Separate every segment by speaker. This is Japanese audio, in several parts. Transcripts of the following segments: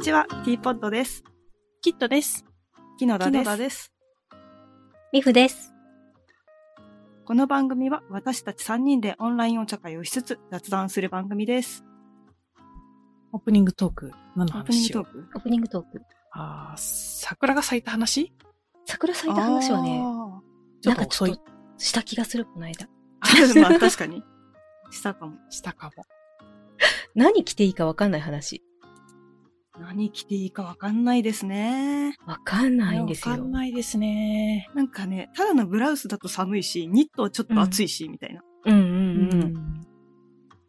Speaker 1: ちは、ティーポッドです。
Speaker 2: キットです。
Speaker 1: 木野田で
Speaker 2: 木野田
Speaker 1: す。
Speaker 3: リフです。
Speaker 1: この番組は私たち3人でオンラインお茶会をしつつ雑談する番組です。
Speaker 2: オープニングトーク。何の
Speaker 1: オープニン
Speaker 2: 話
Speaker 1: グ
Speaker 2: し
Speaker 1: ト
Speaker 2: よ
Speaker 1: ー
Speaker 2: う
Speaker 1: ク
Speaker 3: オープニングトーク。
Speaker 2: あー桜が咲いた話
Speaker 3: 桜咲いた話はね、
Speaker 2: ちょ
Speaker 3: なん
Speaker 2: っと
Speaker 3: かちょ
Speaker 2: 遅
Speaker 3: っ
Speaker 2: い
Speaker 3: と。した気がする、この間。
Speaker 1: あー まあ確かに。したかも。
Speaker 2: したかも。
Speaker 3: 何着ていいかわかんない話。
Speaker 1: 何着ていいかわかんないですね。
Speaker 3: わかんないんです
Speaker 2: わか
Speaker 3: よ
Speaker 2: ん。ないですね。
Speaker 1: なんかね、ただのブラウスだと寒いし、ニットはちょっと暑いし、みたいな。
Speaker 3: うんう
Speaker 2: うん
Speaker 3: うん。。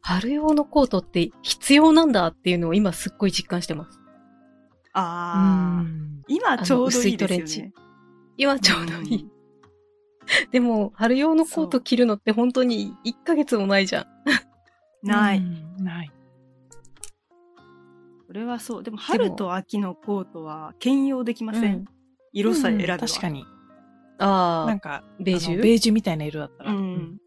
Speaker 3: 春用のコートって必要なんだっていうのを今すっごい実感してます。
Speaker 2: う
Speaker 1: あー。
Speaker 2: ん
Speaker 1: 今ちょうどいい
Speaker 3: あの
Speaker 1: で
Speaker 3: 薄
Speaker 1: す
Speaker 3: い
Speaker 1: よね。
Speaker 3: 今ちょうどいい。でも、春用のコート着るのって本当に1ヶ月もないじゃん。
Speaker 1: な。
Speaker 2: う
Speaker 1: い。
Speaker 2: んない。
Speaker 1: これはそう。でも春と秋のコートは兼用できませ
Speaker 3: うん
Speaker 1: ん。色さえ選べば。
Speaker 2: 確かに。
Speaker 3: あ
Speaker 2: なん
Speaker 3: あ、
Speaker 2: か、
Speaker 3: ベージ
Speaker 2: あのベ
Speaker 3: ュ
Speaker 2: ージュみたいな色だったら。
Speaker 1: うん。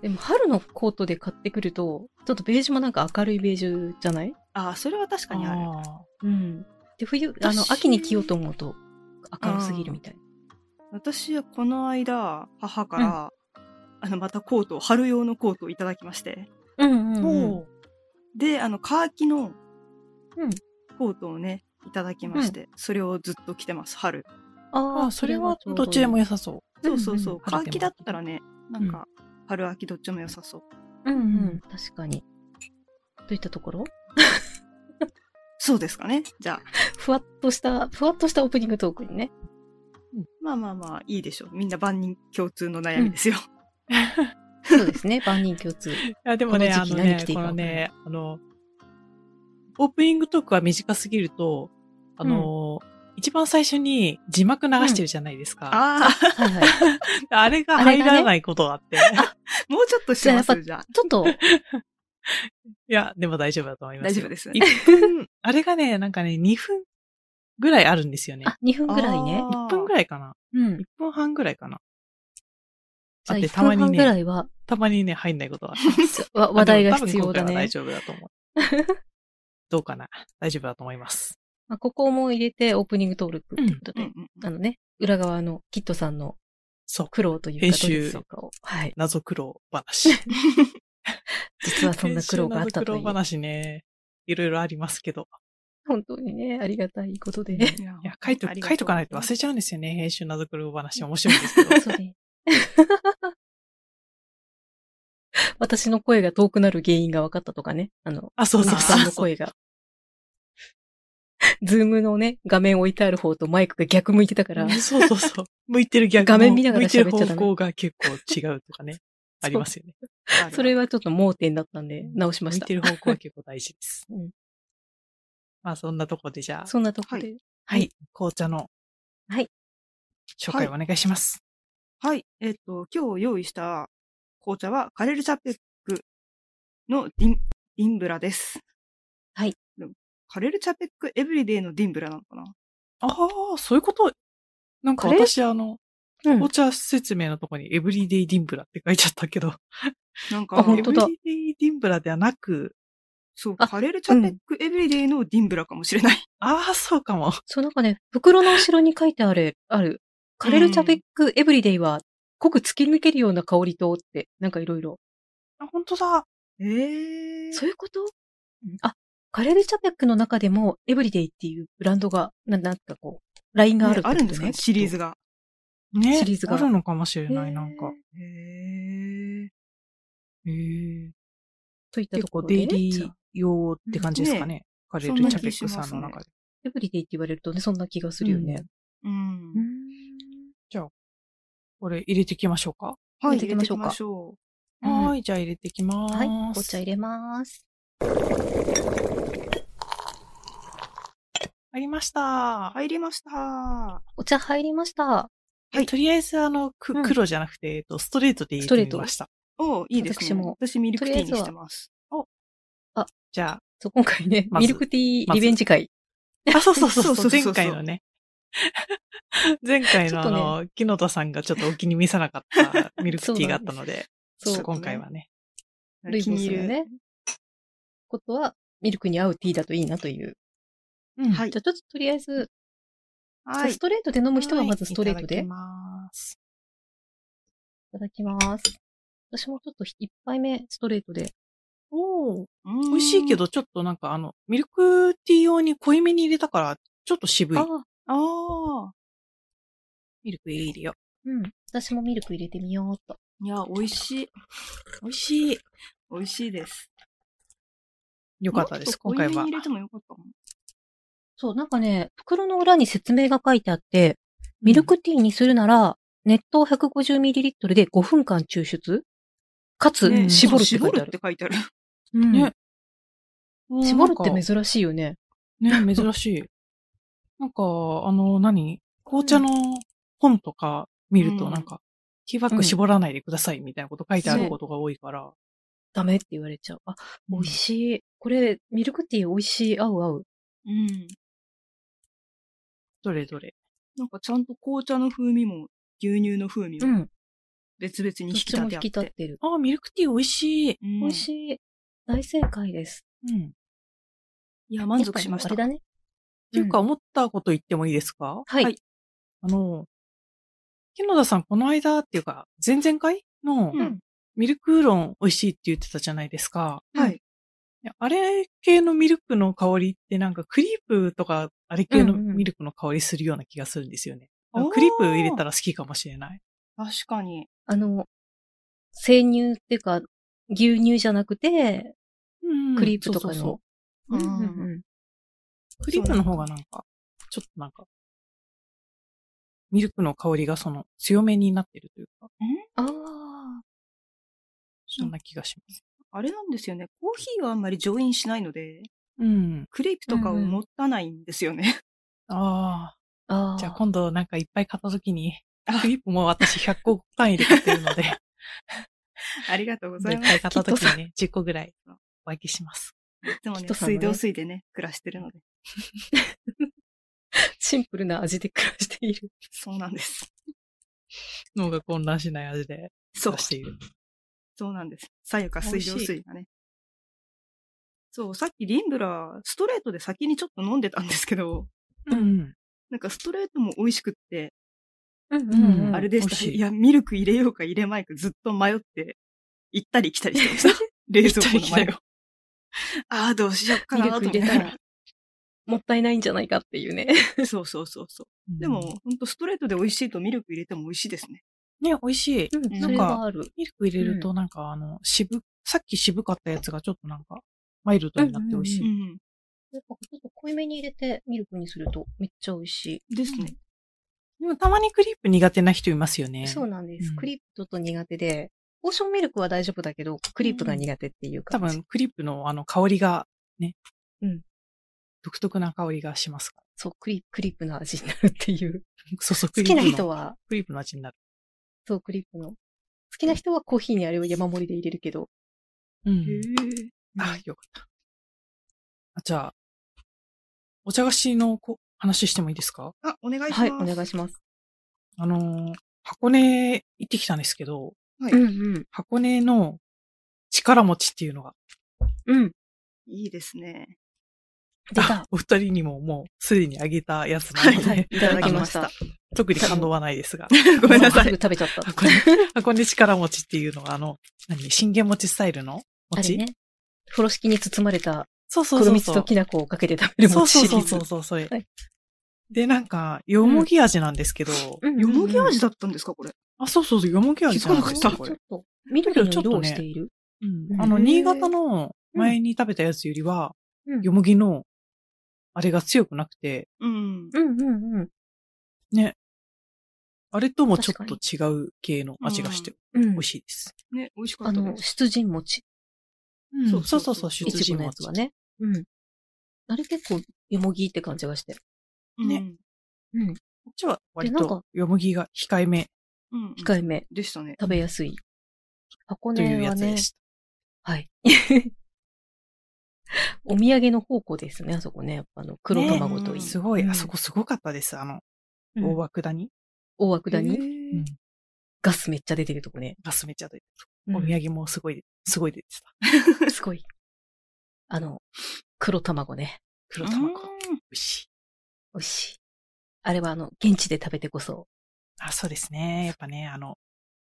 Speaker 3: でも春のコートで買ってくると、ちょっとベージュもなんか明るいベージュじゃない
Speaker 1: ああ、それは確かにある。
Speaker 2: あ
Speaker 3: うん。で、冬、あの、
Speaker 1: 私
Speaker 3: 秋に着ようと思うと、明るすぎるみたい。
Speaker 1: 私はこの間、母から、あの、またコートを、春用のコートをいただきまして。
Speaker 3: うんう
Speaker 2: ー。
Speaker 3: ん
Speaker 2: もう、
Speaker 1: で、あの、カーキの
Speaker 3: うん
Speaker 1: コートをね、いただきまして、それをずっと着てます、春。
Speaker 3: あ
Speaker 2: あ
Speaker 3: あ、
Speaker 2: ーそれはどっちでも
Speaker 3: や
Speaker 2: 良さそう。
Speaker 1: そうそうそう。
Speaker 3: うんうん
Speaker 1: カーキだったらね、なん
Speaker 2: う
Speaker 1: か、春秋どっちも良さそう。
Speaker 3: うんう
Speaker 2: うん
Speaker 3: ん。確かに。といったところ
Speaker 1: そうですかね。じゃあ、
Speaker 3: ふわっとした、ふわっとしたオープニングトークにね。
Speaker 1: まあまあまあ、いいでしょう。みんな万人共通の悩みですよ。
Speaker 3: そうです ね。万人共通。
Speaker 2: いや、でもね、
Speaker 3: この
Speaker 2: あ
Speaker 3: 時期
Speaker 2: の
Speaker 3: 何
Speaker 2: ね
Speaker 3: 着、ていい
Speaker 2: こ
Speaker 3: か
Speaker 2: のね、あの、オープニングトークは短すぎると、あの、一番最初に字幕流してるじゃないですか。
Speaker 1: ああ、
Speaker 3: はいはい。
Speaker 2: あれが
Speaker 3: あれ
Speaker 2: 入
Speaker 3: がね
Speaker 2: らないことがあって。
Speaker 1: もうちょっとします、じゃあ。
Speaker 3: ちょっと、
Speaker 2: いや、でも大丈夫だと思いま
Speaker 1: 大
Speaker 2: す。
Speaker 1: 丈夫ですよね。
Speaker 2: 1分、あれがね、なんかね、2分ぐらいあるんですよね。
Speaker 3: あ、2分ぐらいね。
Speaker 2: 1分ぐ
Speaker 1: らい。
Speaker 2: らいかな。
Speaker 3: うん
Speaker 2: 1。分半ぐらいかな。
Speaker 3: じゃあ
Speaker 2: あって
Speaker 3: 1
Speaker 2: たま
Speaker 3: 分
Speaker 2: にね
Speaker 3: 半ぐらいは、。
Speaker 2: たまにね、入んないことがあります
Speaker 3: わ話題が必要だ
Speaker 2: あでも多分今回は
Speaker 3: ね
Speaker 2: 大。丈夫だと思う。どうかな大丈夫だと思います。
Speaker 3: まあここも入れてオープニング登録ってこと
Speaker 1: うんう
Speaker 3: で、
Speaker 1: ん
Speaker 3: あのね、裏側のキットさんの
Speaker 2: そう。
Speaker 3: 苦労という
Speaker 2: 編
Speaker 3: か、どう
Speaker 2: 集
Speaker 3: でしょうかを。はい。
Speaker 2: 謎苦労話。
Speaker 3: 実は そんな苦労があった
Speaker 2: 先週
Speaker 3: と
Speaker 2: の
Speaker 3: い
Speaker 2: 苦労
Speaker 3: う。
Speaker 2: 話ね。いろいろありますけど。
Speaker 3: 本当にね、ありがたいことで。
Speaker 1: いや
Speaker 2: いや、書いと、
Speaker 1: ありが
Speaker 2: 書いとかないと忘れちゃうんですよね。編集謎苦労話。面白いんですけ ど。
Speaker 3: それ私の声が遠くなる原因が分かったとかね。あの、
Speaker 2: あ、そう
Speaker 3: ミ
Speaker 2: そう
Speaker 3: クさん
Speaker 2: そ
Speaker 3: の
Speaker 2: うそう。
Speaker 3: 声が。ズームのね、画面置いてある方とマイクが逆向いてたから、
Speaker 2: そうそうそう。 向いてる逆
Speaker 3: 画面見ながら
Speaker 2: 向いてる
Speaker 3: 喋っちゃダ
Speaker 2: 方
Speaker 3: メ
Speaker 2: 向が結構違う とかね。ありますよね。
Speaker 1: ある
Speaker 3: それはちょっと盲点だったんで、直しまし
Speaker 2: 向い
Speaker 3: た
Speaker 2: て。る方向は結構大事です。
Speaker 3: うん
Speaker 2: まあそんなとこでじゃあ、
Speaker 3: そんなところで。はい。
Speaker 2: 紅茶の
Speaker 3: はい
Speaker 2: 紹介お願いします。
Speaker 1: はい。えっ、と、今日用意した紅茶は、カレルチャペックのディン、ディンブラです。
Speaker 3: はい
Speaker 1: でも。カレルチャペックエブリデイのディンブラなのかな
Speaker 2: ああ、そういうこと。なんか
Speaker 3: カレー
Speaker 2: 私あの、
Speaker 3: うん
Speaker 2: 紅茶説明のとこにエブリデイディンブラって書いちゃったけど、
Speaker 1: なんか、
Speaker 3: あ本当だ
Speaker 2: エブリデイディンブラではなく、
Speaker 1: そう、
Speaker 3: あ
Speaker 1: カレルチャペックエブリデイのディンブラかもしれない。
Speaker 2: ああ、そうかも。
Speaker 3: そう、なんかね、袋の後ろに書いてある、ある、カレルチャベックエブリデイは、濃く突き抜けるような香りとって、なんかいろいろ。
Speaker 2: あ、本当だ。
Speaker 1: ええ
Speaker 3: そういうこと
Speaker 2: ん
Speaker 3: あ、カレルチャベックの中でも、エブリデイっていうブランドが、ななんかこう、ラインがあるってこと
Speaker 1: あ
Speaker 3: ね、
Speaker 1: るんですかねシリーズが。
Speaker 2: ね。
Speaker 3: シリーズが
Speaker 2: あるのかもしれない、なんか。
Speaker 1: へえ
Speaker 2: へえ。
Speaker 3: といった
Speaker 2: 結
Speaker 3: とこ
Speaker 2: 構
Speaker 3: ろ
Speaker 2: デ
Speaker 3: で、
Speaker 2: イ
Speaker 3: ね。
Speaker 2: リ
Speaker 3: じゃ
Speaker 2: ー
Speaker 3: あ
Speaker 2: 用って感じですかね。カレルチャペックさんの中で。
Speaker 3: エブリデイって言われるとね、そんな気がするよね。
Speaker 1: うん。
Speaker 2: じゃあ、これ入れていきましょうか。
Speaker 1: はい、入
Speaker 3: 入れて
Speaker 1: れ
Speaker 3: いき
Speaker 1: て
Speaker 3: ま
Speaker 1: い
Speaker 3: しょ
Speaker 1: き
Speaker 3: うか
Speaker 1: ましょう。
Speaker 3: うん
Speaker 2: はい、じゃあ入れていきまーす。
Speaker 3: はい、紅茶入れます。
Speaker 2: 入りました。
Speaker 1: 入りました。
Speaker 3: お茶入りました。
Speaker 1: はい
Speaker 2: とりあえず、あの、く
Speaker 3: うん
Speaker 2: 黒じゃなくて、えっと、ストレートで入れてみました。
Speaker 1: おういいですね。
Speaker 3: 私も
Speaker 1: 私ミルクティーに
Speaker 3: とりあえず
Speaker 1: し
Speaker 3: は
Speaker 1: てます。
Speaker 2: じゃ
Speaker 3: そう、今回ね、
Speaker 2: まず
Speaker 3: ミルクティー
Speaker 2: まず
Speaker 3: リベンジ会。
Speaker 2: あ、あ、そうそう
Speaker 1: そ
Speaker 2: そうう
Speaker 1: そうそう
Speaker 2: そう、
Speaker 1: そう
Speaker 2: 前回のね。 前回のあ
Speaker 3: ちょっと
Speaker 2: の、木野田さんがちょっとお気に召さなかったミルクティーがあったので、
Speaker 3: そう
Speaker 2: ちょっと今回はね。
Speaker 3: ルイボスの
Speaker 1: 気に入る
Speaker 3: ね、ことは、ミルクに合うティーだといいなという
Speaker 2: うん
Speaker 1: はい
Speaker 3: じゃあちょっととりあえず、
Speaker 1: は
Speaker 3: ストレートで飲む人はまずストレートで。
Speaker 2: い
Speaker 3: い
Speaker 2: ただきます。
Speaker 3: ただきます。私もちょっと一杯目ストレートで。
Speaker 2: おお。
Speaker 1: 美
Speaker 2: 美味しいけ。ど、ちょっとなんかあの、ミルクティー用に濃いめに入れたから、ちょっと渋い
Speaker 3: あ。あ、
Speaker 1: ああ。
Speaker 2: ミルク入れよ
Speaker 3: うん。私もミルク入れてみようっと。
Speaker 1: いや、美味しい。
Speaker 2: う。美味しい。
Speaker 1: 美味しいです。
Speaker 2: よかったです、
Speaker 1: も
Speaker 2: 今
Speaker 1: っと濃いめ
Speaker 2: 回は
Speaker 1: に入。れてもよかったもん。
Speaker 3: そう、なんかね、袋の裏に説明が書いてあって、ミルクティーにするなら、熱湯 150ml で5分間抽出かつ、
Speaker 1: ね
Speaker 3: 絞るって書
Speaker 1: 絞
Speaker 3: いて
Speaker 1: る
Speaker 3: あ
Speaker 1: っ
Speaker 3: る
Speaker 1: て。書いてある。
Speaker 3: うん
Speaker 2: ねうん、
Speaker 3: 絞るって
Speaker 2: 珍
Speaker 3: 珍しいよね。
Speaker 2: ね、珍しい。なんか、あの、何紅茶の本とか見る
Speaker 1: う
Speaker 2: と
Speaker 1: ん
Speaker 2: なんか、ティーバッグ絞らないでくださいみたいなこと書いてあることが多いから。
Speaker 3: ダメって言われちゃう。あ、美味しい。これ、ミルクティー美味しい。合う合う。
Speaker 1: うん。
Speaker 2: どれどれ。
Speaker 1: なんかちゃんと紅茶の風味も牛乳の風味も
Speaker 3: ん。
Speaker 1: 別々に
Speaker 3: ど
Speaker 1: 引
Speaker 3: っ
Speaker 1: き
Speaker 3: ちも
Speaker 1: 立て
Speaker 3: 引き
Speaker 1: あっ。
Speaker 3: 立っててる。
Speaker 2: あー、ミルクティー美味しい。
Speaker 1: 美
Speaker 3: 美味しい。大正解です。
Speaker 2: うん。っ
Speaker 1: い。いや、満足しまし
Speaker 3: や
Speaker 1: た
Speaker 3: っ。ぱりあれだね。
Speaker 2: ていうか、思ったこと言ってもいいですか
Speaker 3: はい。
Speaker 1: はい
Speaker 2: あの、木野田さん、この間っていうか、前々回の
Speaker 1: うん
Speaker 2: ミルクウーロン美味しいって言ってたじゃないですか。
Speaker 1: はい。
Speaker 2: いやあれ系のミルクの香りってなんかクリープとかあれ系の
Speaker 3: うんうん
Speaker 2: ミルクの香りするような気がするんですよね。
Speaker 1: あー
Speaker 2: クリープ入れたら好きかもしれない。
Speaker 1: 確かに。
Speaker 3: あの、生乳っていうか、牛乳じゃなくて、
Speaker 2: うん
Speaker 3: クリープとか
Speaker 2: そうそ
Speaker 1: う
Speaker 3: の。
Speaker 2: う
Speaker 1: んうん
Speaker 3: うん
Speaker 2: そうクリープの方がなんか、ちょっとなんか、ミルクの香りがその強めになってるというか、
Speaker 3: ああ。
Speaker 2: そんな気がします。
Speaker 1: あれなんですよね。コーヒーはあんまり上飲しないので、
Speaker 2: うん。
Speaker 1: クレープとかを持たないんですよね。
Speaker 2: あ
Speaker 3: あ
Speaker 2: あ。
Speaker 3: あ。
Speaker 2: じゃあ今度なんかいっぱい買った時に、
Speaker 1: あ
Speaker 2: クリープも私100個単位で買ってるので、いっ
Speaker 1: ありがとうござ
Speaker 2: ぱ
Speaker 1: い
Speaker 2: い
Speaker 1: ます。
Speaker 2: 買った時にね、10個ぐらいお分けします。
Speaker 1: いつも
Speaker 3: き
Speaker 1: ね
Speaker 3: っ、とさん
Speaker 1: 水
Speaker 3: のね
Speaker 1: 道水でね、暮らしてるので。
Speaker 3: シンプルな味で暮らしている。
Speaker 1: そうなんです。
Speaker 2: 脳が混乱しない味で
Speaker 1: そう
Speaker 2: 出。している。
Speaker 1: そうなんです。さゆか
Speaker 2: 美
Speaker 1: 水
Speaker 2: 味し
Speaker 1: 道
Speaker 2: い
Speaker 1: 水がね。そう、さっきリンブラ、ストレートで先にちょっと飲んでたんですけど、
Speaker 2: うん。
Speaker 1: なんかストレートも美味しくって、
Speaker 3: うん
Speaker 2: うんうん
Speaker 1: あれでした。
Speaker 2: 美味しい
Speaker 1: いや、ミルク入れようか入れまいかずっと迷って、行ったり来たりしてました。冷蔵庫の
Speaker 2: 行った
Speaker 1: 前
Speaker 2: り来た
Speaker 1: を。ああ、どうしようか
Speaker 3: ミ
Speaker 1: なと
Speaker 3: ル
Speaker 1: 思
Speaker 3: ク
Speaker 1: っ
Speaker 3: 入
Speaker 1: て
Speaker 3: れたら、もったいないんじゃないかっていうね。
Speaker 1: そうそうそうそう。でも、ほんとストレートで美味しいとミルク入れても美味しいですね。
Speaker 2: ね、美味しい。
Speaker 1: ん
Speaker 3: それはある。
Speaker 2: ミルク入れるとなんかあの、渋、さっき渋かったやつがちょっとなんか、マイルドになって美味し
Speaker 1: う
Speaker 2: い。
Speaker 1: ん。
Speaker 3: やっぱちょっと濃いめに入れてミルクにするとめっちゃ美味し
Speaker 1: ですね。
Speaker 2: でもたまにクリープ苦手な人いますよね。
Speaker 3: い。そうなんで
Speaker 2: う
Speaker 3: す。
Speaker 2: ん
Speaker 3: クリープちょっと苦手で、オーションミルクは大丈夫だけど、クリープが苦手っていうか。
Speaker 2: 多分、クリープのあの、香りがね、
Speaker 3: うん
Speaker 2: 独特な香りがしますか
Speaker 3: そう、クリクリープの味になるっていう。
Speaker 2: ら。 そうそう、
Speaker 3: 好
Speaker 2: クリー
Speaker 3: き
Speaker 2: プの。
Speaker 3: な人は
Speaker 2: クリープの味になる。
Speaker 3: そう、クリップの。好きな人はコーヒーにあれを山盛りで入れるけど。
Speaker 2: う
Speaker 1: へ
Speaker 2: ん。
Speaker 1: え。
Speaker 2: あ、よかった。あじゃあ、お茶菓子のこ話してもいいですか
Speaker 1: あ、お願いします。
Speaker 3: はい、お願いします。
Speaker 2: あのー箱根行ってきたんですけど、
Speaker 1: は
Speaker 3: う
Speaker 1: い。
Speaker 3: んうん。
Speaker 2: 箱根の力持ちっていうのが、
Speaker 3: うん。
Speaker 1: いいですね。
Speaker 3: 出た。
Speaker 2: お二人にももうすでにあげたやつなので、
Speaker 3: はい、いただきました。
Speaker 2: あの特に感動はないですが、
Speaker 1: ごめんなさ
Speaker 3: す
Speaker 1: い。
Speaker 3: ぐ食べちゃった。
Speaker 2: 箱根、箱根力持ちっていうのは、あの、何信玄餅スタイルの
Speaker 3: あ
Speaker 2: 餅、
Speaker 3: れね。風呂敷に包まれた
Speaker 2: そうそう
Speaker 3: 黒
Speaker 2: そう
Speaker 3: 蜜
Speaker 2: そう。
Speaker 3: ときな粉をかけて食べる
Speaker 2: そう
Speaker 3: 餅シ
Speaker 2: そ
Speaker 3: リ
Speaker 2: う
Speaker 3: ーズ。
Speaker 2: そうそうそう、それ
Speaker 3: はい
Speaker 2: で、なんか、よもぎ味なんですけど、
Speaker 3: うんうん
Speaker 1: よもぎ味だったんですか、これ。
Speaker 2: あ、そうそうそう、よもぎ味じゃな
Speaker 1: 気づかなか
Speaker 2: で
Speaker 1: っ
Speaker 2: す
Speaker 1: た
Speaker 2: か、こ
Speaker 3: ちょ
Speaker 2: れ
Speaker 3: っ。と、緑の色をしている。
Speaker 2: うん
Speaker 3: うん
Speaker 2: あの、新潟の前に食べたやつよりは、
Speaker 3: うん
Speaker 2: よもぎの、あれが強くなくて、
Speaker 1: うん。
Speaker 3: うんうんうん。
Speaker 2: あれともちょっと違う系の味がして、
Speaker 3: うん
Speaker 2: 美味、しいです。
Speaker 1: ね、美味しか
Speaker 3: あ
Speaker 1: った
Speaker 3: の、
Speaker 1: です。
Speaker 3: 出陣餅。
Speaker 1: ん
Speaker 2: そうそうそうそう、出
Speaker 3: 一
Speaker 2: 陣
Speaker 3: 部のやつ
Speaker 2: 餅
Speaker 3: は。ね。うん。あれ結構、よもぎって感じがして。
Speaker 1: うん
Speaker 2: ね。
Speaker 3: うん。
Speaker 2: こっちは割
Speaker 3: でなんか
Speaker 2: とよもぎが控えめ
Speaker 1: うん。
Speaker 3: 控えめ。
Speaker 1: でしたね。
Speaker 3: 食べやすい。箱
Speaker 2: という
Speaker 3: 根
Speaker 2: や
Speaker 3: は
Speaker 2: つ
Speaker 3: ね
Speaker 2: で、した。
Speaker 3: はい。 お土産の宝庫ですね、あそこね。やっぱあの、黒卵とい
Speaker 1: ね
Speaker 3: い。
Speaker 2: すごい、
Speaker 3: うん
Speaker 2: あそこすごかったです。あの、
Speaker 3: うん
Speaker 2: 大涌谷、
Speaker 3: 大涌
Speaker 1: へ
Speaker 3: 谷、
Speaker 1: ー
Speaker 2: うん、
Speaker 3: ガスめっちゃ出てるとこね。
Speaker 2: ガスめちゃで。
Speaker 3: うん
Speaker 2: お土産もすごい、すごい出てた。
Speaker 3: すごい。あの、黒卵ね。
Speaker 2: 黒卵。
Speaker 1: ううん
Speaker 2: 美味しい。
Speaker 3: 美味しい。あれはあの、現地で食べてこそ。
Speaker 2: あ、そうですね。やっぱね、あの、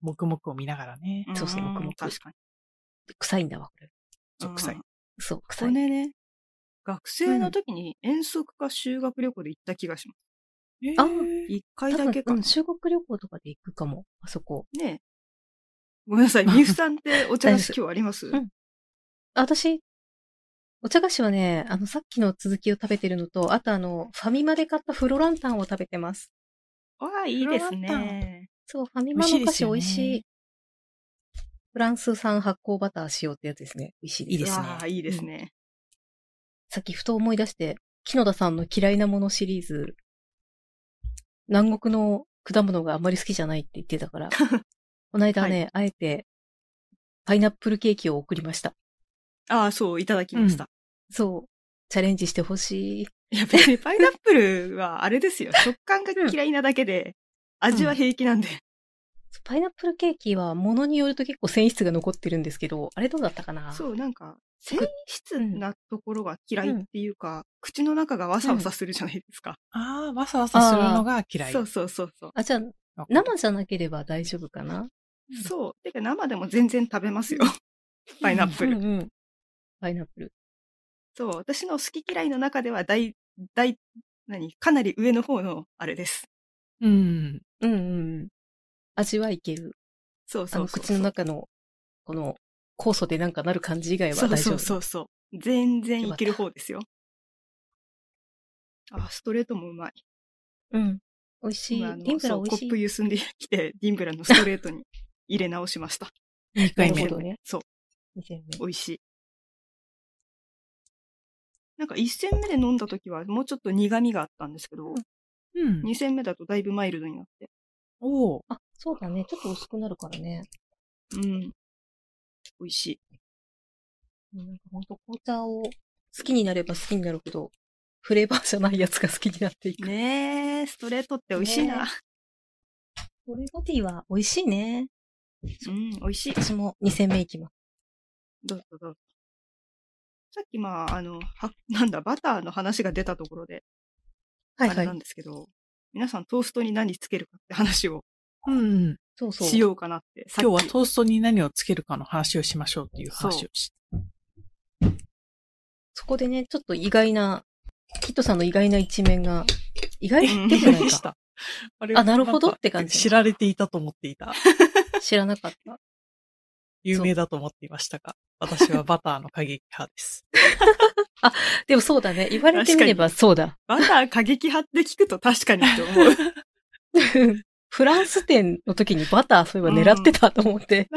Speaker 2: 黙々を見ながらね。
Speaker 1: ん
Speaker 3: そうそう黙々
Speaker 1: 確かに。
Speaker 3: 臭いんだわ、これ。
Speaker 2: そう臭い
Speaker 1: うん。
Speaker 3: そう、
Speaker 1: こ
Speaker 3: 臭い。
Speaker 1: れね、学生の時に遠足か修学旅行で行った気がします。
Speaker 2: え
Speaker 3: あ
Speaker 2: ー
Speaker 1: 一
Speaker 3: 多
Speaker 1: 回だ
Speaker 3: 分
Speaker 1: けか
Speaker 3: う。ん、修学旅行とかで行くかも、あそこ。
Speaker 1: ねえごめんな さい。ミフさんってお茶菓
Speaker 3: 大丈
Speaker 1: 子
Speaker 3: 夫
Speaker 1: 今日あります
Speaker 3: うんあ私、お茶菓子はね、あの、さっきの続きを食べてるのと、あとあの、ファミマで買ったフロランタンを食べてます。
Speaker 1: ああ、いいです
Speaker 2: フロラン
Speaker 1: ね。
Speaker 3: そう、ファミマの菓子美味
Speaker 2: 美味
Speaker 3: し
Speaker 2: し
Speaker 3: い
Speaker 2: いですよね
Speaker 3: フランス産発酵バター使用ってやつですね。美味しいです。
Speaker 2: いいですね
Speaker 1: ああ、いいですね。
Speaker 3: さっきふと思い出して、木野田さんの嫌いなものシリーズ、南国の果物があんまり好きじゃないって言って たから、この間ね、あえて、パイナップルケーキを送りました。
Speaker 1: ああ、そう、いただきました。
Speaker 3: そう。チャレンジしてほしい。
Speaker 1: いや、別にパイナップルはあれですよ。食感が嫌いなだけで、味は平気なんで。
Speaker 3: パイナップルケーキは物によると結構繊維質が残ってるんですけど、あれどうだったかな
Speaker 1: そう、なんか、繊維質なところが嫌いっていうか、口の中がわさわさするじゃないですか。
Speaker 2: あー、わさわさするのが嫌い。
Speaker 1: そうそうそうそう。
Speaker 3: あ、じゃあ、
Speaker 2: わかる
Speaker 3: 生じゃなければ大丈夫かな
Speaker 2: うん
Speaker 1: そう。てか生でも全然食べますよ。 パイナップ
Speaker 3: うん
Speaker 1: ル。
Speaker 3: うん。パイナップル。
Speaker 1: そう。私の好き嫌いの中では大、大、何かなり上の方のあれです。
Speaker 2: うん。
Speaker 3: うんうんうん。味はいける。
Speaker 1: そう
Speaker 3: あ
Speaker 1: そ
Speaker 3: の、
Speaker 1: うそう。
Speaker 3: 口の中の、この、酵素でなんかなる感じ以外は
Speaker 1: そ
Speaker 3: 大丈
Speaker 1: うそう
Speaker 3: 夫。
Speaker 1: そうそう。全然いける方ですよ。あ、ストレートもうまい。
Speaker 3: うん。美味しい。デ
Speaker 1: 今あの
Speaker 3: ィンプラ
Speaker 1: そう
Speaker 3: 美味し
Speaker 1: コ
Speaker 3: い。
Speaker 1: ップゆすんできて、ディンブラのストレートに入れ直しました。
Speaker 2: 2
Speaker 3: な
Speaker 2: 回
Speaker 3: る
Speaker 2: 目
Speaker 3: ほ。どね。
Speaker 1: そう、
Speaker 3: 2戦目。
Speaker 1: 美味しい。なんか1戦目で飲んだ時はもうちょっと苦味があったんですけど、
Speaker 2: うん
Speaker 1: 2。戦目だとだいぶマイルドになって。
Speaker 2: おー
Speaker 3: あ、そうだね。ちょっと薄くなるからね。
Speaker 1: うん。美味しい。
Speaker 3: うんなんかほんと紅茶を好きになれば好きになるほど、フレーバーじゃないやつが好きになっていく。
Speaker 1: ねえ、ストレートって美味しいな。
Speaker 3: ねトレゴティは美味しいね。
Speaker 1: うん、美味しい。
Speaker 3: 私も2戦目いきます。
Speaker 1: どうぞどうぞ。さっきまあ、あの、は、なんだ、バターの話が出たところで、
Speaker 3: はい
Speaker 1: あ
Speaker 3: は。
Speaker 1: れないんですけど、皆さんトーストに何つけるかって話を
Speaker 2: うん。
Speaker 3: そうそう。
Speaker 1: しようかなって。さっき
Speaker 2: 今日はトーストに何をつけるかの話をしましょうっていう話をし
Speaker 3: そこでね、ちょっと意外な、キットさんの意外な一面が、意外
Speaker 1: うん
Speaker 3: でじゃない
Speaker 2: まし
Speaker 3: か。
Speaker 2: た。 あれ
Speaker 3: あなるほど
Speaker 2: んか
Speaker 3: って感じ
Speaker 2: 知られていたと思って いた。
Speaker 3: 知らなかった。
Speaker 2: 有名だと思っていましたが、私はバターの過激派 です。
Speaker 3: でもそうだね。言われてみればそう だ。
Speaker 1: バター過激派って聞くと確かにって思 う。
Speaker 3: フランス店の時にバター、そういえば狙ってたと思って、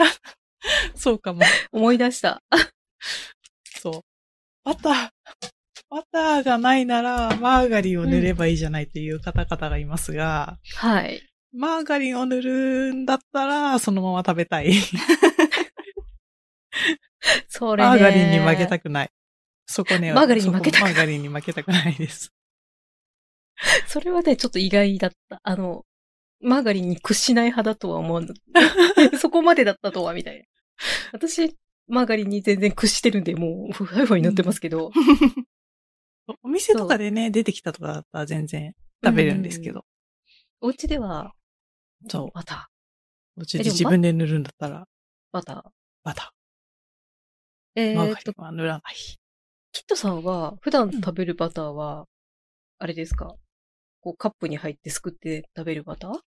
Speaker 2: そうかも。
Speaker 3: 思い出した。
Speaker 2: そう。バター、バターがないなら、マーガリンを塗ればいいじゃないという方々がいますが、
Speaker 3: はい。
Speaker 2: マーガリンを塗るんだったら、そのまま食べたい。
Speaker 3: それね。
Speaker 2: マーガリンに負けたくない。そこね、
Speaker 3: マーガリンに負けたく
Speaker 2: そ
Speaker 3: な
Speaker 2: こ
Speaker 3: い
Speaker 2: マーガリンに負けたくないです。
Speaker 3: それはね、ちょっと意外だった。あの、マーガリンに屈しない派だとは思わ なそこまでだったとは、みたいな。私、マーガリンに全然屈してるんで、もう、ふわふわになってますけ ど。
Speaker 2: お店とかでね、出てきたとかだったら全然食べるんですけど。
Speaker 3: お家では、
Speaker 2: そう。
Speaker 3: バタ
Speaker 2: うち
Speaker 3: え
Speaker 2: で
Speaker 3: でも
Speaker 2: 自分で塗るんだったら、
Speaker 3: ー、バタ
Speaker 2: バタ
Speaker 3: ー。
Speaker 2: ー。
Speaker 3: え
Speaker 2: マー
Speaker 3: ー
Speaker 2: ガ
Speaker 3: っ
Speaker 2: リ
Speaker 3: と、
Speaker 2: ンは塗らない。
Speaker 3: キットさんは、普段食べるバターは、あれですかこう、カップに入ってすくって食べるバター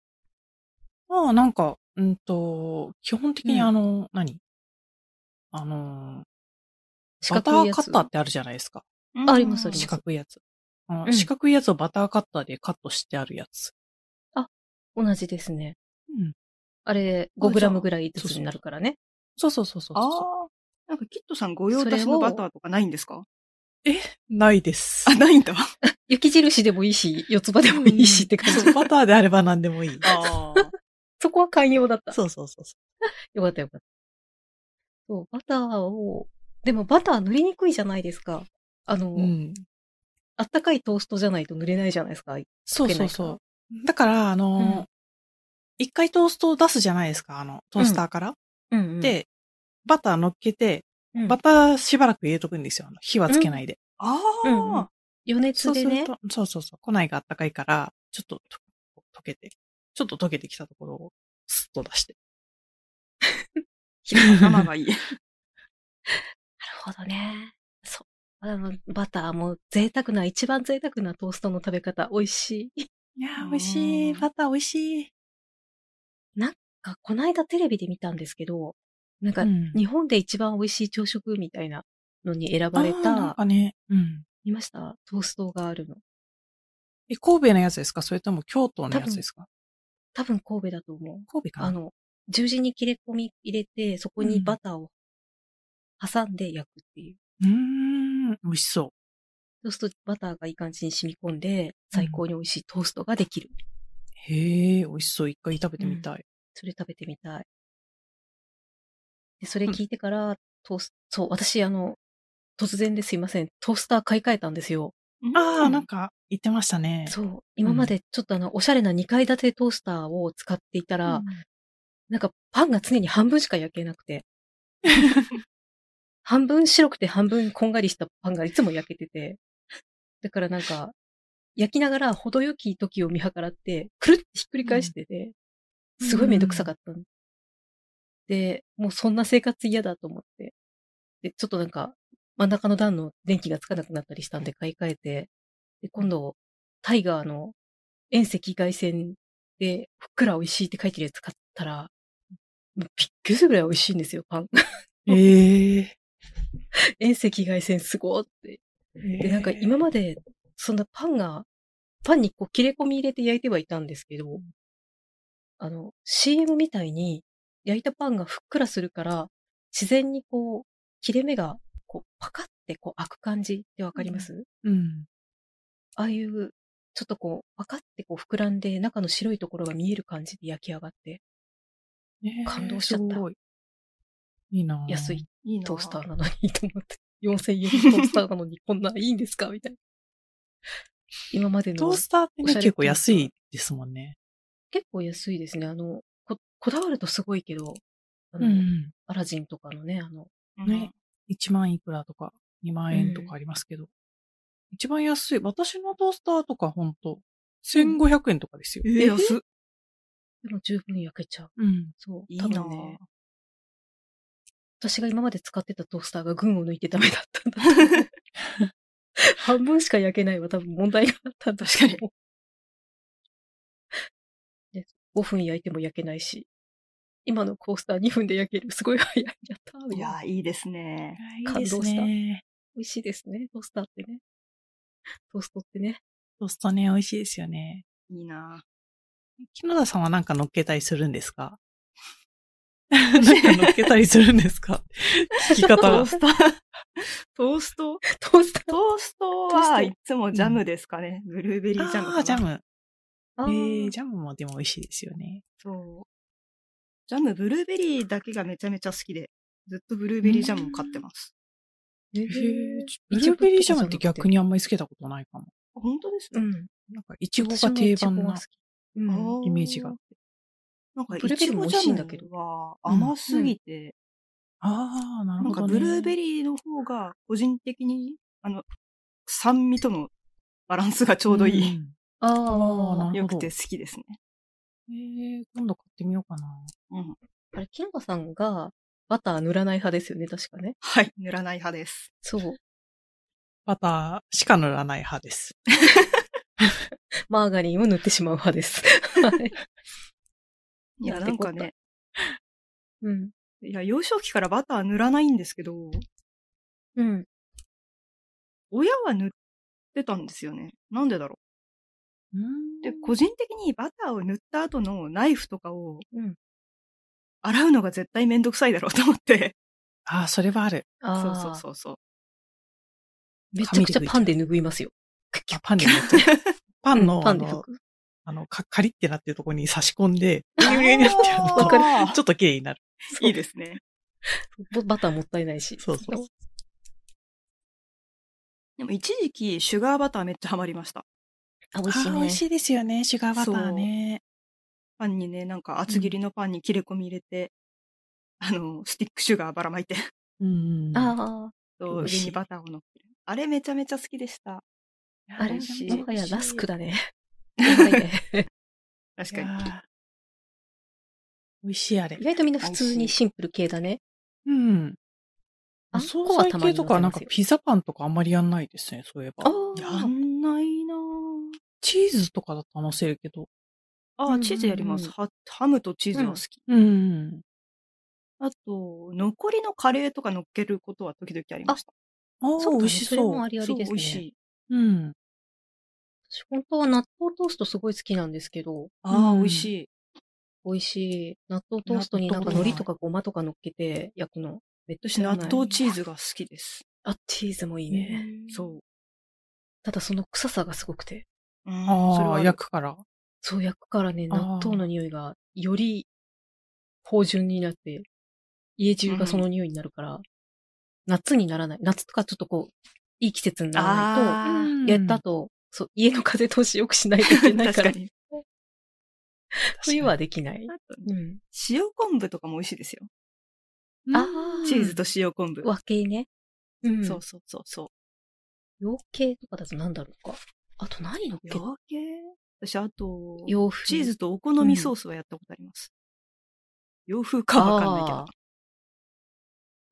Speaker 2: まあ、なんか、うんと、基本的
Speaker 3: うん
Speaker 2: にあの、何あの、
Speaker 3: 四
Speaker 2: バタ
Speaker 3: 角い
Speaker 2: ー
Speaker 3: や
Speaker 2: カ
Speaker 3: つ
Speaker 2: ッターってあるじゃないですか。
Speaker 3: ありますあります
Speaker 2: 四角いやつ。あの
Speaker 3: うん
Speaker 2: 四角いやつをバターカッターでカットしてあるやつ。
Speaker 3: 同じですね。
Speaker 2: うん。
Speaker 3: あれ、5グラムぐらいずつになるからね。
Speaker 2: そうそうそうそう
Speaker 1: あ
Speaker 2: そ
Speaker 1: あ。なんか、キットさんご用
Speaker 3: それ
Speaker 1: 達
Speaker 3: を
Speaker 1: のバターとかないんですか
Speaker 2: う。ないです。
Speaker 1: あ、ないんだ。
Speaker 3: 雪印でもいいし、四つ葉でもいいしって感じ。
Speaker 2: そうバターであれば何でもいい。
Speaker 1: ああ。
Speaker 3: そこは寛容だった。
Speaker 2: そうそうそうそ
Speaker 3: よかったよかった。そう、バターを、でもバター塗りにくいじゃないですか。あの、
Speaker 2: う。うん。
Speaker 3: あったかいトーストじゃないと塗れないじゃないですか。
Speaker 2: そうそ
Speaker 3: か
Speaker 2: うそう。だから、あ
Speaker 3: う
Speaker 2: の
Speaker 3: ん、
Speaker 2: 一、回トーストを出すじゃないですか、あの、トースターから。
Speaker 3: うん、
Speaker 2: で、バター乗っけて、
Speaker 3: うん、
Speaker 2: バターしばらく入れとくんですよ。あの火はつけないで。
Speaker 1: あ
Speaker 3: うんうん
Speaker 1: あ。
Speaker 3: 余熱
Speaker 2: そう
Speaker 3: です
Speaker 2: る
Speaker 3: ね。
Speaker 2: と、そうそうそう、庫内があったかいから、ちょっとと溶けて、ちょっと溶けてきたところをスッと出して。
Speaker 1: 生がいい。
Speaker 3: なるほどね。そう。あのバターも贅沢な、一番贅沢なトーストの食べ方、美味しい。
Speaker 2: いやー、美味しい。
Speaker 1: うん
Speaker 2: バター美味しい。
Speaker 3: あこないだテレビで見たんですけど、なんか、
Speaker 2: うん
Speaker 3: 日本で一番美味しい朝食みたいなのに選ば
Speaker 2: あ
Speaker 3: れ
Speaker 2: ーなん
Speaker 3: た、
Speaker 2: かね、うん。
Speaker 3: 見ましたトーストがあるの。
Speaker 2: え、神戸のやつですかそれとも京都のやつですか
Speaker 3: 多分神戸だと思う。
Speaker 2: 神戸かな
Speaker 3: あの、十字に切れ込み入れて、そこ
Speaker 2: う
Speaker 3: に
Speaker 2: ん
Speaker 3: バターを挟んで焼くっていう。
Speaker 2: うーん、美味しそ
Speaker 3: そ
Speaker 2: う。
Speaker 3: うするとバターがいい感じに染み込んで、最高に美味しいトーストができる。
Speaker 2: へえ、美味しそう。一回食べてみたい。
Speaker 3: それ食べてみたい。で、それ聞いてから、トースそう、私、あの、突然ですいません。トースター買い替えたんですよ。
Speaker 2: ああ、なん
Speaker 1: か。
Speaker 2: か言ってましたね。
Speaker 3: そう。今までちょっとあの、おしゃれな2階建てトースターを使っていたら、なんかパンが常に半分しか焼けなく て。半分白くて半分こんがりしたパンがいつも焼けてて。だからなんか、焼きながら程よき時を見計らって、くるってひっくり返してて、
Speaker 2: うん
Speaker 3: すごいめんどくさかったの、で、もうそんな生活嫌だと思って。で、ちょっとなんか、真ん中の段の電気がつかなくなったりしたんで買い替えて、で、今度、タイガーの遠赤外線で、ふっくら美味しいって書いてるやつ買ったら、もうびっくりするぐらい美味しいんですよ、パン。
Speaker 2: へえ。
Speaker 3: 遠赤外線すごーって。で、なんか今まで、そんなパンが、パンにこう切れ込み入れて焼いてはいたんですけど、あの、CM みたいに焼いたパンがふっくらするから、自然にこう、切れ目が、こう、パカってこう開く感じってわかります、
Speaker 2: うん。
Speaker 3: ああいう、ちょっとこう、パカってこう膨らんで、中の白いところが見える感じで焼き上がって、
Speaker 2: ねえ
Speaker 3: 感動しちゃった
Speaker 2: すごいいいなぁ
Speaker 3: 安い。
Speaker 1: いいな。
Speaker 3: トースターなのにと思って、4000円のトースターなのにこんないいんですかみたいな。今までの
Speaker 2: トースターって
Speaker 3: おし
Speaker 2: ね、
Speaker 3: ゃれ
Speaker 2: 結構安いですもんね。
Speaker 3: 結構安いですね。あの、こ、こだわるとすごいけど、あ
Speaker 2: う
Speaker 3: の、
Speaker 2: ん。
Speaker 3: アラジンとかのね、あの、
Speaker 1: うん
Speaker 2: ね。1万いくらとか、2万円とかありますけど。一番安い。私のトースターとかほんと、1500円とかですよ
Speaker 1: え。ー、安っ。
Speaker 3: でも十分焼けちゃう。
Speaker 2: うん。
Speaker 3: そう、
Speaker 1: いい
Speaker 3: 多
Speaker 1: な
Speaker 3: 分ね、私が今まで使ってたトースターが群を抜いてダメだったんだ。半分しか焼けないは多分問題があったんだ
Speaker 1: 確かに
Speaker 3: に。で5分焼いても焼けないし、今のコースター2分で焼ける。すごい早い。やったー
Speaker 1: い
Speaker 3: みたいな
Speaker 1: やー、いいですね。
Speaker 3: 感動した
Speaker 2: いいですね
Speaker 3: 美味しいですね、トースターってね。トーストってね。
Speaker 2: トーストね、美味しいですよね。
Speaker 1: いいな。
Speaker 2: 木野田さんはなんか乗っけたりするんですかなんか乗っけたりするんですか聞き方
Speaker 1: ト
Speaker 2: が
Speaker 1: ー。スター。 トースト
Speaker 3: トースター
Speaker 1: トースト
Speaker 3: トースト
Speaker 1: はいつもジャムですかね。ブルーベリージャムか
Speaker 2: あ
Speaker 1: な。
Speaker 2: あ、ジャム。
Speaker 3: あ
Speaker 2: え
Speaker 3: ー
Speaker 2: ー、ジャムもでも美味しいですよね。
Speaker 1: そう。ジャム、ブルーベリーだけがめちゃめちゃ好きで、ずっとブルーベリージャムを買ってます。
Speaker 3: へ
Speaker 2: へ
Speaker 3: ー
Speaker 2: ブルーベリージャムって逆にあんまりつけたことないかも。
Speaker 1: あ本当です
Speaker 3: う
Speaker 1: ね。
Speaker 3: ん。
Speaker 2: なんか、イチゴが定番
Speaker 3: 私もイチゴが
Speaker 2: な
Speaker 3: 好。きうん
Speaker 1: あ
Speaker 2: イメージが。
Speaker 1: なんか、イ
Speaker 3: ブルーベ
Speaker 1: チ
Speaker 3: リーも
Speaker 1: ゴ
Speaker 3: 美
Speaker 1: ジ
Speaker 3: 味しいん
Speaker 1: ャ
Speaker 3: だけど
Speaker 1: ムは甘すぎて、
Speaker 2: ああ、な
Speaker 1: な
Speaker 2: る
Speaker 1: ん
Speaker 2: ほ
Speaker 1: か
Speaker 2: ど、ね。
Speaker 1: ブルーベ
Speaker 2: リー。
Speaker 1: リーの方が、個人的に、あの、酸味とのバランスがちょうどいい。
Speaker 3: あ
Speaker 2: あーな
Speaker 3: あ
Speaker 2: るほ。ど
Speaker 1: 良くて好きですね。
Speaker 2: えー、今度買ってみようかな。
Speaker 1: うん。
Speaker 3: あれ、キノコさんがバター塗らない派ですよね、確かね。
Speaker 1: はい。塗らない派です。
Speaker 3: そう。
Speaker 2: バターしか塗らない派です。
Speaker 3: マーガリンを塗ってしまう派です。はい
Speaker 1: いや、
Speaker 3: やっ
Speaker 1: な
Speaker 3: て
Speaker 1: ん
Speaker 3: こうか
Speaker 1: かね、
Speaker 3: うん。
Speaker 1: いや、幼少期からバター塗らないんですけど、
Speaker 3: うん。
Speaker 1: 親は塗ってたんですよね。なんでだろ
Speaker 2: うー。。
Speaker 1: うんで、個人的にバターを塗った後のナイフとかを
Speaker 3: うん。
Speaker 1: 洗うのが絶対めんどくさいだろうと思って。
Speaker 2: ああ、それはある。
Speaker 3: ああ。
Speaker 1: そうそうそうそう。
Speaker 3: めちゃくちゃパンで拭いますよ。
Speaker 2: あパンで塗ってる。パンの、
Speaker 3: パ
Speaker 2: あ
Speaker 3: ンで拭
Speaker 2: の、
Speaker 3: く。
Speaker 2: あのかカリってなってるところに差し込んで、
Speaker 1: あ
Speaker 2: 上になってやる
Speaker 1: ー
Speaker 2: と
Speaker 3: わかる
Speaker 2: ちょっと綺麗になる。
Speaker 1: いいですね。
Speaker 3: ぼバターもったいないし。
Speaker 2: そうそう。
Speaker 1: でも一時期、シュガーバターめっちゃハマりました。
Speaker 3: あ、美味しい
Speaker 2: あ
Speaker 3: ね。
Speaker 2: ー美味しいですよね、シュガーバターね。
Speaker 1: パンにね、なんか厚切りのパンに切れ込み入れて、あの、スティックシュガーばらまいて、
Speaker 2: うんうんうん
Speaker 3: ああ。
Speaker 1: と
Speaker 2: 美味しい
Speaker 1: 上にバターを乗っける。あれめちゃめちゃ好きでした。
Speaker 3: あれ
Speaker 1: 美味しい
Speaker 3: もはやラスクだね。やばい
Speaker 1: 確
Speaker 3: ね
Speaker 1: かに。
Speaker 2: に。美味しいあ れ
Speaker 3: 意。外とみんな普通にシンプル系だね。
Speaker 2: うん。
Speaker 3: あ
Speaker 2: お
Speaker 3: ん
Speaker 2: 惣
Speaker 3: こは
Speaker 2: 菜
Speaker 3: たま
Speaker 2: 系
Speaker 3: に
Speaker 2: と
Speaker 3: 乗
Speaker 2: か、
Speaker 3: せ
Speaker 2: な
Speaker 3: ま
Speaker 2: んか
Speaker 3: すよ。
Speaker 2: ピザパンとかあんまりやんないですね、そういえ
Speaker 3: あ
Speaker 2: ば。
Speaker 1: や
Speaker 3: あ、
Speaker 1: んないなぁ
Speaker 2: チーズとかだったら乗せるけど。
Speaker 1: あー、チーズやりま
Speaker 3: うん
Speaker 1: す。
Speaker 3: うん
Speaker 1: はハムとチーズは好き。
Speaker 2: うん。
Speaker 1: あと、残りのカレーとか乗っけることは時々ありました。
Speaker 2: ああ、
Speaker 3: そうだね
Speaker 2: 美味し
Speaker 3: それも
Speaker 2: そ
Speaker 3: あ
Speaker 2: う。
Speaker 3: りあ
Speaker 1: そ
Speaker 3: り
Speaker 1: う、
Speaker 3: で
Speaker 1: 美
Speaker 3: す
Speaker 1: 味し
Speaker 3: ね。
Speaker 1: い。
Speaker 2: うん。
Speaker 3: 私本当は納豆トーストすごい好きなんですけど、
Speaker 1: ああ、
Speaker 2: うん
Speaker 1: 美味しい。
Speaker 3: 美味しい。納豆トーストになんか
Speaker 2: 納豆
Speaker 3: 海苔とかごまとか乗っけて焼くの。めっち
Speaker 1: 私、
Speaker 3: ゃう
Speaker 1: 納
Speaker 3: まい。
Speaker 1: 豆チーズが好きです。
Speaker 3: あ、チーズもいいね。
Speaker 1: そう。
Speaker 3: ただその臭さがすごくて。
Speaker 1: うんそれ
Speaker 2: あ
Speaker 1: は
Speaker 2: あ、
Speaker 1: る
Speaker 2: 焼くから。
Speaker 3: そう焼くからね、
Speaker 2: あー
Speaker 3: 納豆の匂いがより芳醇になって、家中がその匂いになるから、夏にならない。夏とかちょっとこう、いい季節にならな
Speaker 1: あ
Speaker 3: い
Speaker 1: ー
Speaker 3: と、やった後、そう、家の風通し良くしないとい けないから、
Speaker 1: に。
Speaker 3: 冬はできない。
Speaker 1: あと
Speaker 3: うん。
Speaker 1: 塩昆布とかも美味しいですよ。
Speaker 2: うん
Speaker 3: あ ー
Speaker 1: チーズと塩昆布。
Speaker 3: 和系ね。うん。
Speaker 1: そうそうそうそう。
Speaker 3: 洋系とかだと何だろうか。あと何のっけ
Speaker 1: 洋系私、あと、
Speaker 3: 洋風。
Speaker 1: チーズとお好みソースはやったことあります。洋風かわかんないけ
Speaker 3: あ
Speaker 1: ど
Speaker 3: ー。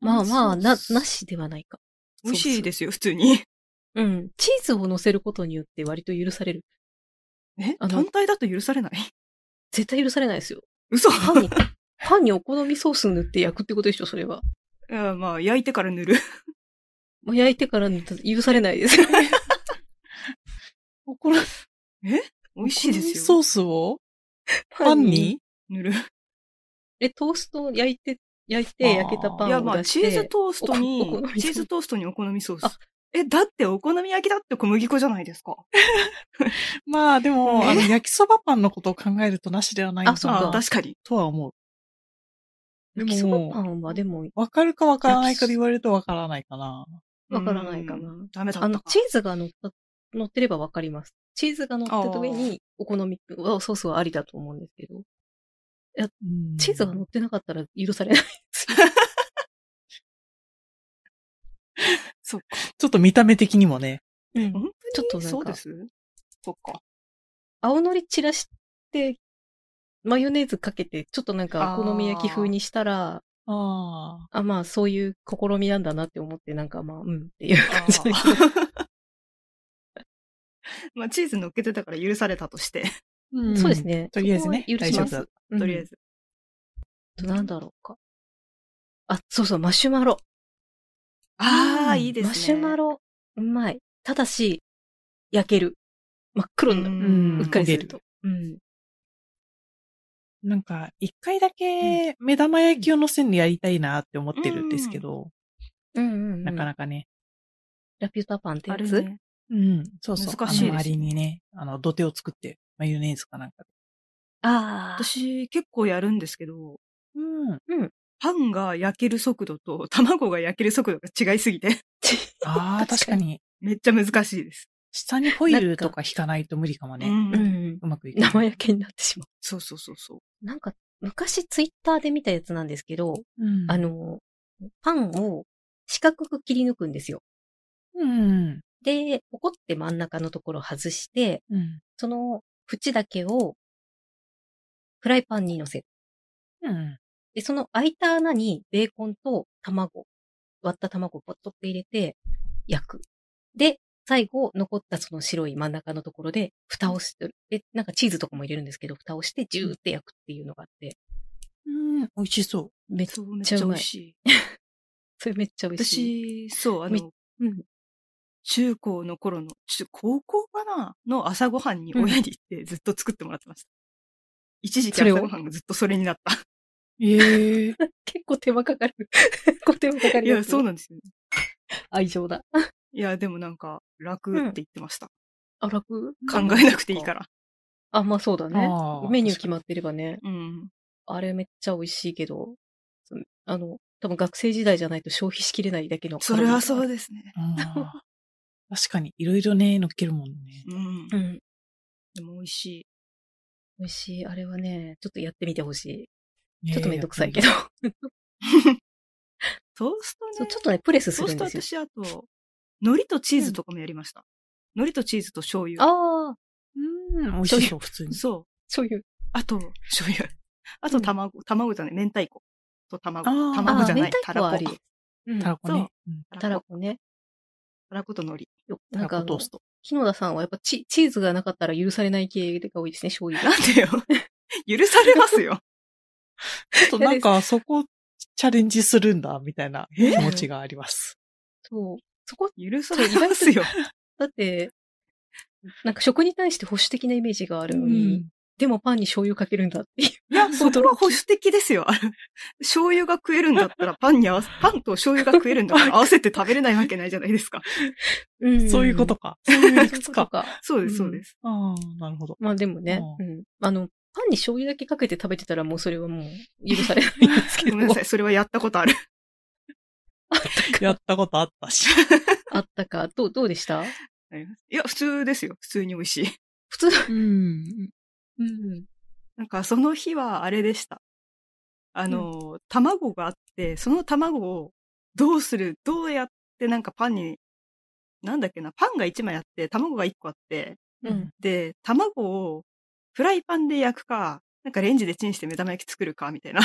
Speaker 3: まあまあ、な、な
Speaker 1: そうそう
Speaker 3: しではないか。。
Speaker 1: 美味しいですすよ、普通に。
Speaker 3: うん。チーズを乗せることによって割と許される。
Speaker 1: え
Speaker 3: あの
Speaker 1: 単体だと許されない
Speaker 3: 絶対許されないですよ。
Speaker 1: 嘘
Speaker 3: パ ンに、パンにお好みソース塗って焼くってことでしょ、それは。
Speaker 1: うんまあ、焼いてから塗る。
Speaker 3: もう焼いてから塗ったら許されないですよね。
Speaker 2: お好み
Speaker 1: 美味しいです
Speaker 2: ソ
Speaker 1: よ。
Speaker 2: ースを
Speaker 3: パ
Speaker 2: パンに
Speaker 1: 塗る。
Speaker 3: え、トーストを焼いて、焼い
Speaker 2: あ
Speaker 3: て
Speaker 2: ー
Speaker 3: 焼けたパ
Speaker 1: い
Speaker 3: ン
Speaker 1: や、
Speaker 3: を
Speaker 1: まあ、
Speaker 3: 出し
Speaker 1: チ
Speaker 3: て。
Speaker 1: ーズトースト
Speaker 3: お好
Speaker 1: に
Speaker 3: みソー、ス
Speaker 1: チーズトーストにお好みソー
Speaker 3: あ
Speaker 1: ス。え、だってお好み焼きだって小麦粉じゃないですか。
Speaker 2: まあでも、
Speaker 1: ね
Speaker 2: あの、焼きそばパンのことを考えるとなしではないの
Speaker 3: あそ
Speaker 2: か
Speaker 3: う
Speaker 1: あ
Speaker 2: な
Speaker 1: あ、確かに。
Speaker 2: とは思う。で
Speaker 3: 焼きそばパ
Speaker 2: も、
Speaker 3: ンはでも、
Speaker 2: わかるかわからないかで言われるとわからないかな。
Speaker 3: わからないかな
Speaker 1: うん。ダメだったか。
Speaker 3: あの、チーズが乗った、乗ってればわかります。チーズが乗ってた上に、お好みは、ソースはありだと思うんですけど、
Speaker 2: うん
Speaker 3: チーズが乗ってなかったら許されない です。
Speaker 1: そうか。
Speaker 2: ちょっと見た目的にもね。
Speaker 3: うん
Speaker 1: 本
Speaker 3: ちょっ
Speaker 1: 当
Speaker 3: とな
Speaker 1: に
Speaker 3: んか
Speaker 1: そうですそっか。
Speaker 3: 青のり散らして、マヨネーズかけて、ちょっとなんか、お好み焼き風にしたら、
Speaker 2: ああ。
Speaker 3: あ、まあ、そういう試みなんだなって思って、なんかまあ、うんっていう感じだけど。
Speaker 1: まあ、チーズ乗っけてたから許されたとして、
Speaker 2: ん
Speaker 3: そうです。ね。
Speaker 2: とりあえずね
Speaker 3: そこは許します。
Speaker 2: 大丈夫だ
Speaker 3: うん
Speaker 1: とりあえず。
Speaker 3: なんだろうか。あ、そうそう、マシュマロ。
Speaker 1: ああ、
Speaker 2: うん
Speaker 1: いいですね。
Speaker 3: マシュマロ、うまい。ただし、焼ける。真っ黒にな
Speaker 1: う
Speaker 3: る。
Speaker 1: ん
Speaker 3: うっかりすると。うん。
Speaker 2: なんか、一回だけ目玉焼きを乗せるのやりたいなって思ってるんですけど、
Speaker 3: うんうん、うん。
Speaker 2: なかなかね。
Speaker 3: ラピュタパンって
Speaker 1: あ
Speaker 3: や
Speaker 1: れ
Speaker 3: つ、
Speaker 1: ね。
Speaker 2: うん。そうそう。
Speaker 1: 難しいですね
Speaker 2: あの周りにね、あの、土手を作って、マヨネーズかなんかで。
Speaker 3: ああ。
Speaker 1: 私、結構やるんですけど、
Speaker 2: うん。
Speaker 1: パンが焼ける速度と卵が焼ける速度が違いすぎて、
Speaker 2: ああ、 確かに。
Speaker 1: めっちゃ難しいです。
Speaker 2: 下にホイルとか引かないと無理かも
Speaker 1: う
Speaker 2: ね。
Speaker 1: ん
Speaker 3: うん。
Speaker 2: うまくいか
Speaker 3: 生
Speaker 2: ない。
Speaker 3: 焼けになってしま
Speaker 1: そうそうそうそう。
Speaker 3: う。なんか、昔ツイッターで見たやつなんですけど、
Speaker 2: うん
Speaker 3: あ、の、パンを四角く切り抜くんですよ。
Speaker 2: うん。
Speaker 3: で、ポコって真ん中のところを外して、
Speaker 2: うん。
Speaker 3: その縁だけをフライパンに乗せる。
Speaker 2: うん。
Speaker 3: で、その開いた穴にベーコンと卵、割った卵をポッとって入れて焼く。で、最後残ったその白い真ん中のところで蓋をして、で、なんかチーズとかも入れるんですけど、蓋をしてジューって焼くっていうのがあって、
Speaker 2: うん。美味しそう。
Speaker 3: めっちゃ、
Speaker 1: そう、めっちゃ美味しい。
Speaker 3: それめっちゃ美味しい。
Speaker 1: 私、そう、あ
Speaker 3: み
Speaker 1: の、
Speaker 3: うん。
Speaker 1: 中高の頃の、中高校かなの朝ごはんに親に行ってずっと作ってもらってました。一時期
Speaker 3: それを
Speaker 1: 朝ごはんがずっとそれになった。
Speaker 2: ええ。
Speaker 3: 結構手間かかる。 結構手間かかる
Speaker 1: いや、そう
Speaker 3: な
Speaker 1: なんですよ。
Speaker 3: 愛情だ。
Speaker 1: いや、でもなんか、楽って言ってました。
Speaker 3: あ、楽。
Speaker 1: 考えなくていいからら。
Speaker 3: あ、まあそうだね
Speaker 2: あ。ー
Speaker 3: メニュー決まってればね。
Speaker 1: うん。
Speaker 3: あれめっちゃ美味しいけど、そのあの、多分学生時代じゃないと消費しきれないだけの。
Speaker 1: それはそう
Speaker 3: で
Speaker 1: ですね。
Speaker 2: あー確かに、いろいろね、乗っけるもんね。
Speaker 1: うん。
Speaker 3: す。うん。
Speaker 1: でも美味し い。
Speaker 3: 美味しい。あれはね、ちょっとやってみてほしい。
Speaker 2: ね
Speaker 3: ちょっとめんどくさいけど。。
Speaker 1: トースト
Speaker 3: そう
Speaker 1: ね。
Speaker 3: ちょっとね、プレスす
Speaker 1: トー
Speaker 3: る
Speaker 1: ス
Speaker 3: ん
Speaker 1: ト
Speaker 3: ですよ。
Speaker 1: 私、あと、海苔とチーズとかもやりました。海苔とチーズと醤油。
Speaker 3: ああ、
Speaker 2: うん、美味しそう、普通に。
Speaker 1: そう。
Speaker 3: そういう。
Speaker 1: あと、醤油。あと、卵、卵じゃない、明太子。と卵。
Speaker 2: あー
Speaker 1: 卵じゃない、
Speaker 3: あー明太子
Speaker 1: たら
Speaker 3: はあり
Speaker 1: こ。
Speaker 3: うん
Speaker 2: たらこね。うん
Speaker 1: た
Speaker 3: た
Speaker 1: ら
Speaker 3: ら
Speaker 1: こ。
Speaker 3: こね。
Speaker 1: たらこと海苔。
Speaker 3: よ
Speaker 2: た
Speaker 3: なん
Speaker 2: ら
Speaker 3: かあ
Speaker 2: こ
Speaker 3: の
Speaker 2: トースト。
Speaker 3: 木野田さんはやっぱチチーズがなかったら許されない系が多いですね、醤油
Speaker 1: な
Speaker 3: が。
Speaker 1: んでよ。許されます よ。
Speaker 2: ちょっとなんか、そこ、チャレンジするんだ、みたいな
Speaker 1: え
Speaker 2: 気持ちがあります。
Speaker 3: そう。そこ、
Speaker 1: 許されますよ。
Speaker 3: だって、なんか食に対して保守的なイメージがあるのに、でもパンに醤油かけるんだっていう。
Speaker 1: いや、そこは保守的ですよ。あ れ醤油が食えるんだった ら、パンに合わせ、パンと醤油が食えるんだ から合わせて食べれないわけないじゃないですか。
Speaker 3: う
Speaker 2: そういうこと
Speaker 3: か。
Speaker 2: か。そういう
Speaker 3: そうい
Speaker 2: 理
Speaker 3: う
Speaker 2: 屈
Speaker 3: こと
Speaker 2: か。
Speaker 3: か。
Speaker 1: そうです、
Speaker 2: うん
Speaker 1: そうです。
Speaker 2: ああ、なる ほど。
Speaker 3: まあでもね、
Speaker 2: う
Speaker 3: うん。あの、パンに醤油だけかけて食べてたらもうそれはもう許されないんですけ
Speaker 1: ご
Speaker 3: ど。
Speaker 1: めんなさい、それはやったことあ る。
Speaker 2: やったことあったし。
Speaker 3: あったか。どう、どうでした
Speaker 1: いや、普通ですよ。普通に美味しい。
Speaker 3: 普通、
Speaker 2: うん。
Speaker 3: うん。
Speaker 1: なんか、その日はあれでした。あの、卵があって、その卵をどうする、どうやってなんかパンに、なんだっけな、パンが1枚あって、卵が1個あって、
Speaker 3: うん。
Speaker 1: で、卵をフライパンで焼くか、なんかレンジでチンして目玉焼き作るか、みたいな。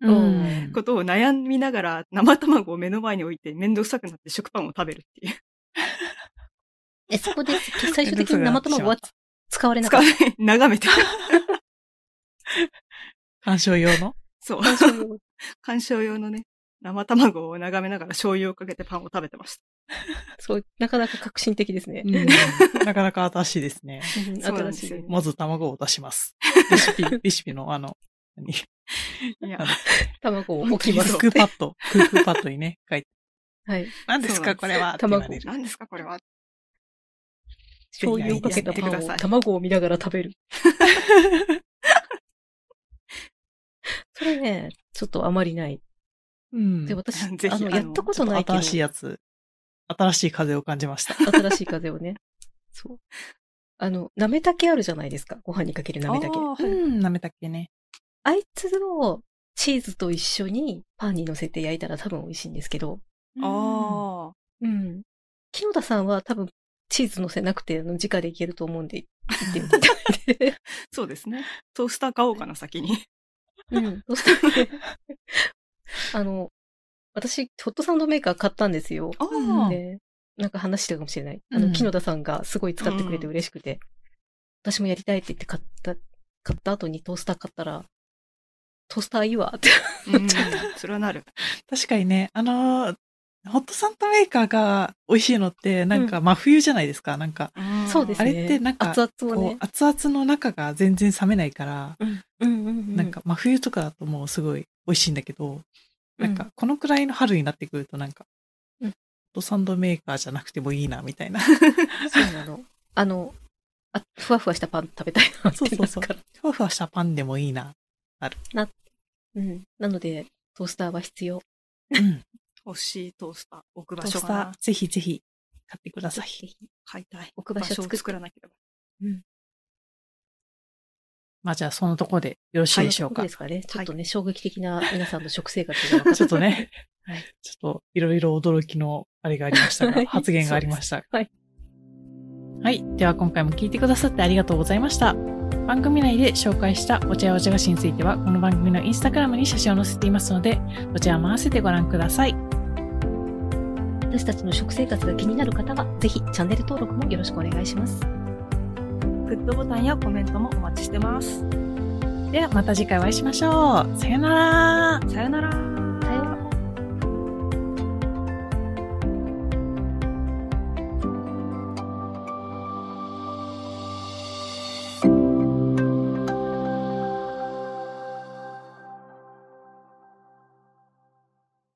Speaker 2: う
Speaker 3: うん
Speaker 2: ん。
Speaker 1: ことを悩みながら生卵を目の前に置いて面倒くさくなって食パンを食べるっていう。
Speaker 3: え、そこで最終的に生卵は使われな
Speaker 1: 使
Speaker 3: かっ
Speaker 1: わない、 眺めて。
Speaker 2: 鑑賞用の
Speaker 1: そう。
Speaker 3: た。そういう
Speaker 1: 観賞用のね、生卵を眺めながら醤油をかけてパンを食べてまし
Speaker 3: そう、なかなか革新的ですね。
Speaker 2: なかなか新しいですね。
Speaker 3: うん
Speaker 1: そうなんで
Speaker 3: 新
Speaker 1: す
Speaker 3: しい
Speaker 1: よね。
Speaker 2: まず卵を出します。レシ ピ、レシピのあの、何
Speaker 1: た。いや
Speaker 2: あの、
Speaker 3: 卵を置き
Speaker 2: ク
Speaker 3: ま
Speaker 2: ッ
Speaker 3: す。
Speaker 2: クパッド、クックパッドにね、書いて、
Speaker 3: はい。
Speaker 2: 何ですかこれはって
Speaker 3: 卵
Speaker 2: 言われる。
Speaker 1: 何ですかこれは。
Speaker 3: 醤油をかけたパ
Speaker 1: やっ
Speaker 3: ン
Speaker 1: てくださ
Speaker 3: を
Speaker 1: い
Speaker 3: 卵を見ながら食べる。 それね、ちょっとあまりない。
Speaker 2: うん
Speaker 3: で、私、
Speaker 1: ぜひ
Speaker 3: あの、
Speaker 1: あの
Speaker 3: やったことないけど、
Speaker 2: 新しい
Speaker 3: 新
Speaker 2: やつ。新しい風を感じ ました。
Speaker 3: しい風をね。そう。あの、なめたけあるじゃないですか。ご飯にかけるなめたけ。
Speaker 1: あーはい
Speaker 2: ん、なめたっけね。
Speaker 3: あいつをチーズと一緒にパンに乗せて焼いたら多分美味しいんですけど、
Speaker 1: あ
Speaker 3: うん。木野田さんは多分チーズ乗せなくて、あの直でいけると思うんで、行ってみていただいて。
Speaker 1: あ、そうですね。トースター買おうかな、先に。
Speaker 3: うん。そしたらね、あの、私、ホットサンドメーカー買ったんですよ。
Speaker 1: あ
Speaker 2: ー
Speaker 1: あ、
Speaker 3: で、なんか話してるかもしれない。あの、
Speaker 2: うん
Speaker 3: 木野田さんがすごい使ってくれて嬉しくて、私もやりたいって言って買った、買った後にトースター買ったら、トースターいいわって。
Speaker 1: うん、それはなる。
Speaker 2: 確かにね、あのー、ホットサンドメーカーが美味しいのって、なんか真冬じゃないですか。なんか、
Speaker 1: うん
Speaker 3: そうですね。
Speaker 2: あれってなんか
Speaker 3: 熱々を
Speaker 2: こ
Speaker 3: ね
Speaker 2: う、。熱々の中が全然冷めないから、
Speaker 3: うんうんうん
Speaker 2: なんか真冬とかだともうすごい美味しいんだけど、なん
Speaker 3: う
Speaker 2: かこのくらいの春になってくるとなんか、
Speaker 3: うん
Speaker 2: ホットサンドメーカーじゃなくてもいいな、みたいな。
Speaker 3: そうなの。あの、あふわふわしたパン食べたいなって
Speaker 2: そうそうそう
Speaker 3: なるから
Speaker 2: ふわふわしたパンでもいいな。
Speaker 3: うん。なので、トースターは必要。
Speaker 2: うん。
Speaker 1: 欲しいトースター、置く
Speaker 2: ト
Speaker 1: 場
Speaker 2: ー
Speaker 1: 所
Speaker 2: ス
Speaker 1: か
Speaker 2: タ
Speaker 1: な
Speaker 2: ー、。ぜひぜひ買ってください。
Speaker 3: ぜひ
Speaker 1: 買いたい。
Speaker 3: 置く場所
Speaker 1: を
Speaker 3: 作って
Speaker 1: 作らなければ。
Speaker 2: まあじゃあそのところでよろしいでしょうか。
Speaker 3: はいそうですかね。ちょっとね、衝撃的な皆さんの食生活が分かっ
Speaker 2: ちょっとね、
Speaker 3: はい
Speaker 2: ちょっといろいろ驚きのあれがありました
Speaker 3: は
Speaker 2: が、
Speaker 3: い
Speaker 2: 発言がありました。
Speaker 3: はい。
Speaker 2: はい。では今回も聞いてくださってありがとうございました。番組内で紹介したお茶やお茶菓子については、この番組のインスタグラムに写真を載せていますので、そちらも合わせてご覧ください。
Speaker 3: た私たちの食生活が気になる方は、ぜひチャンネル登録もよろしくお願いします。
Speaker 1: グッドボタンやコメントもお待ちしてます。
Speaker 2: ではまた次回お会いしましょう。さよなら。
Speaker 1: さよなら。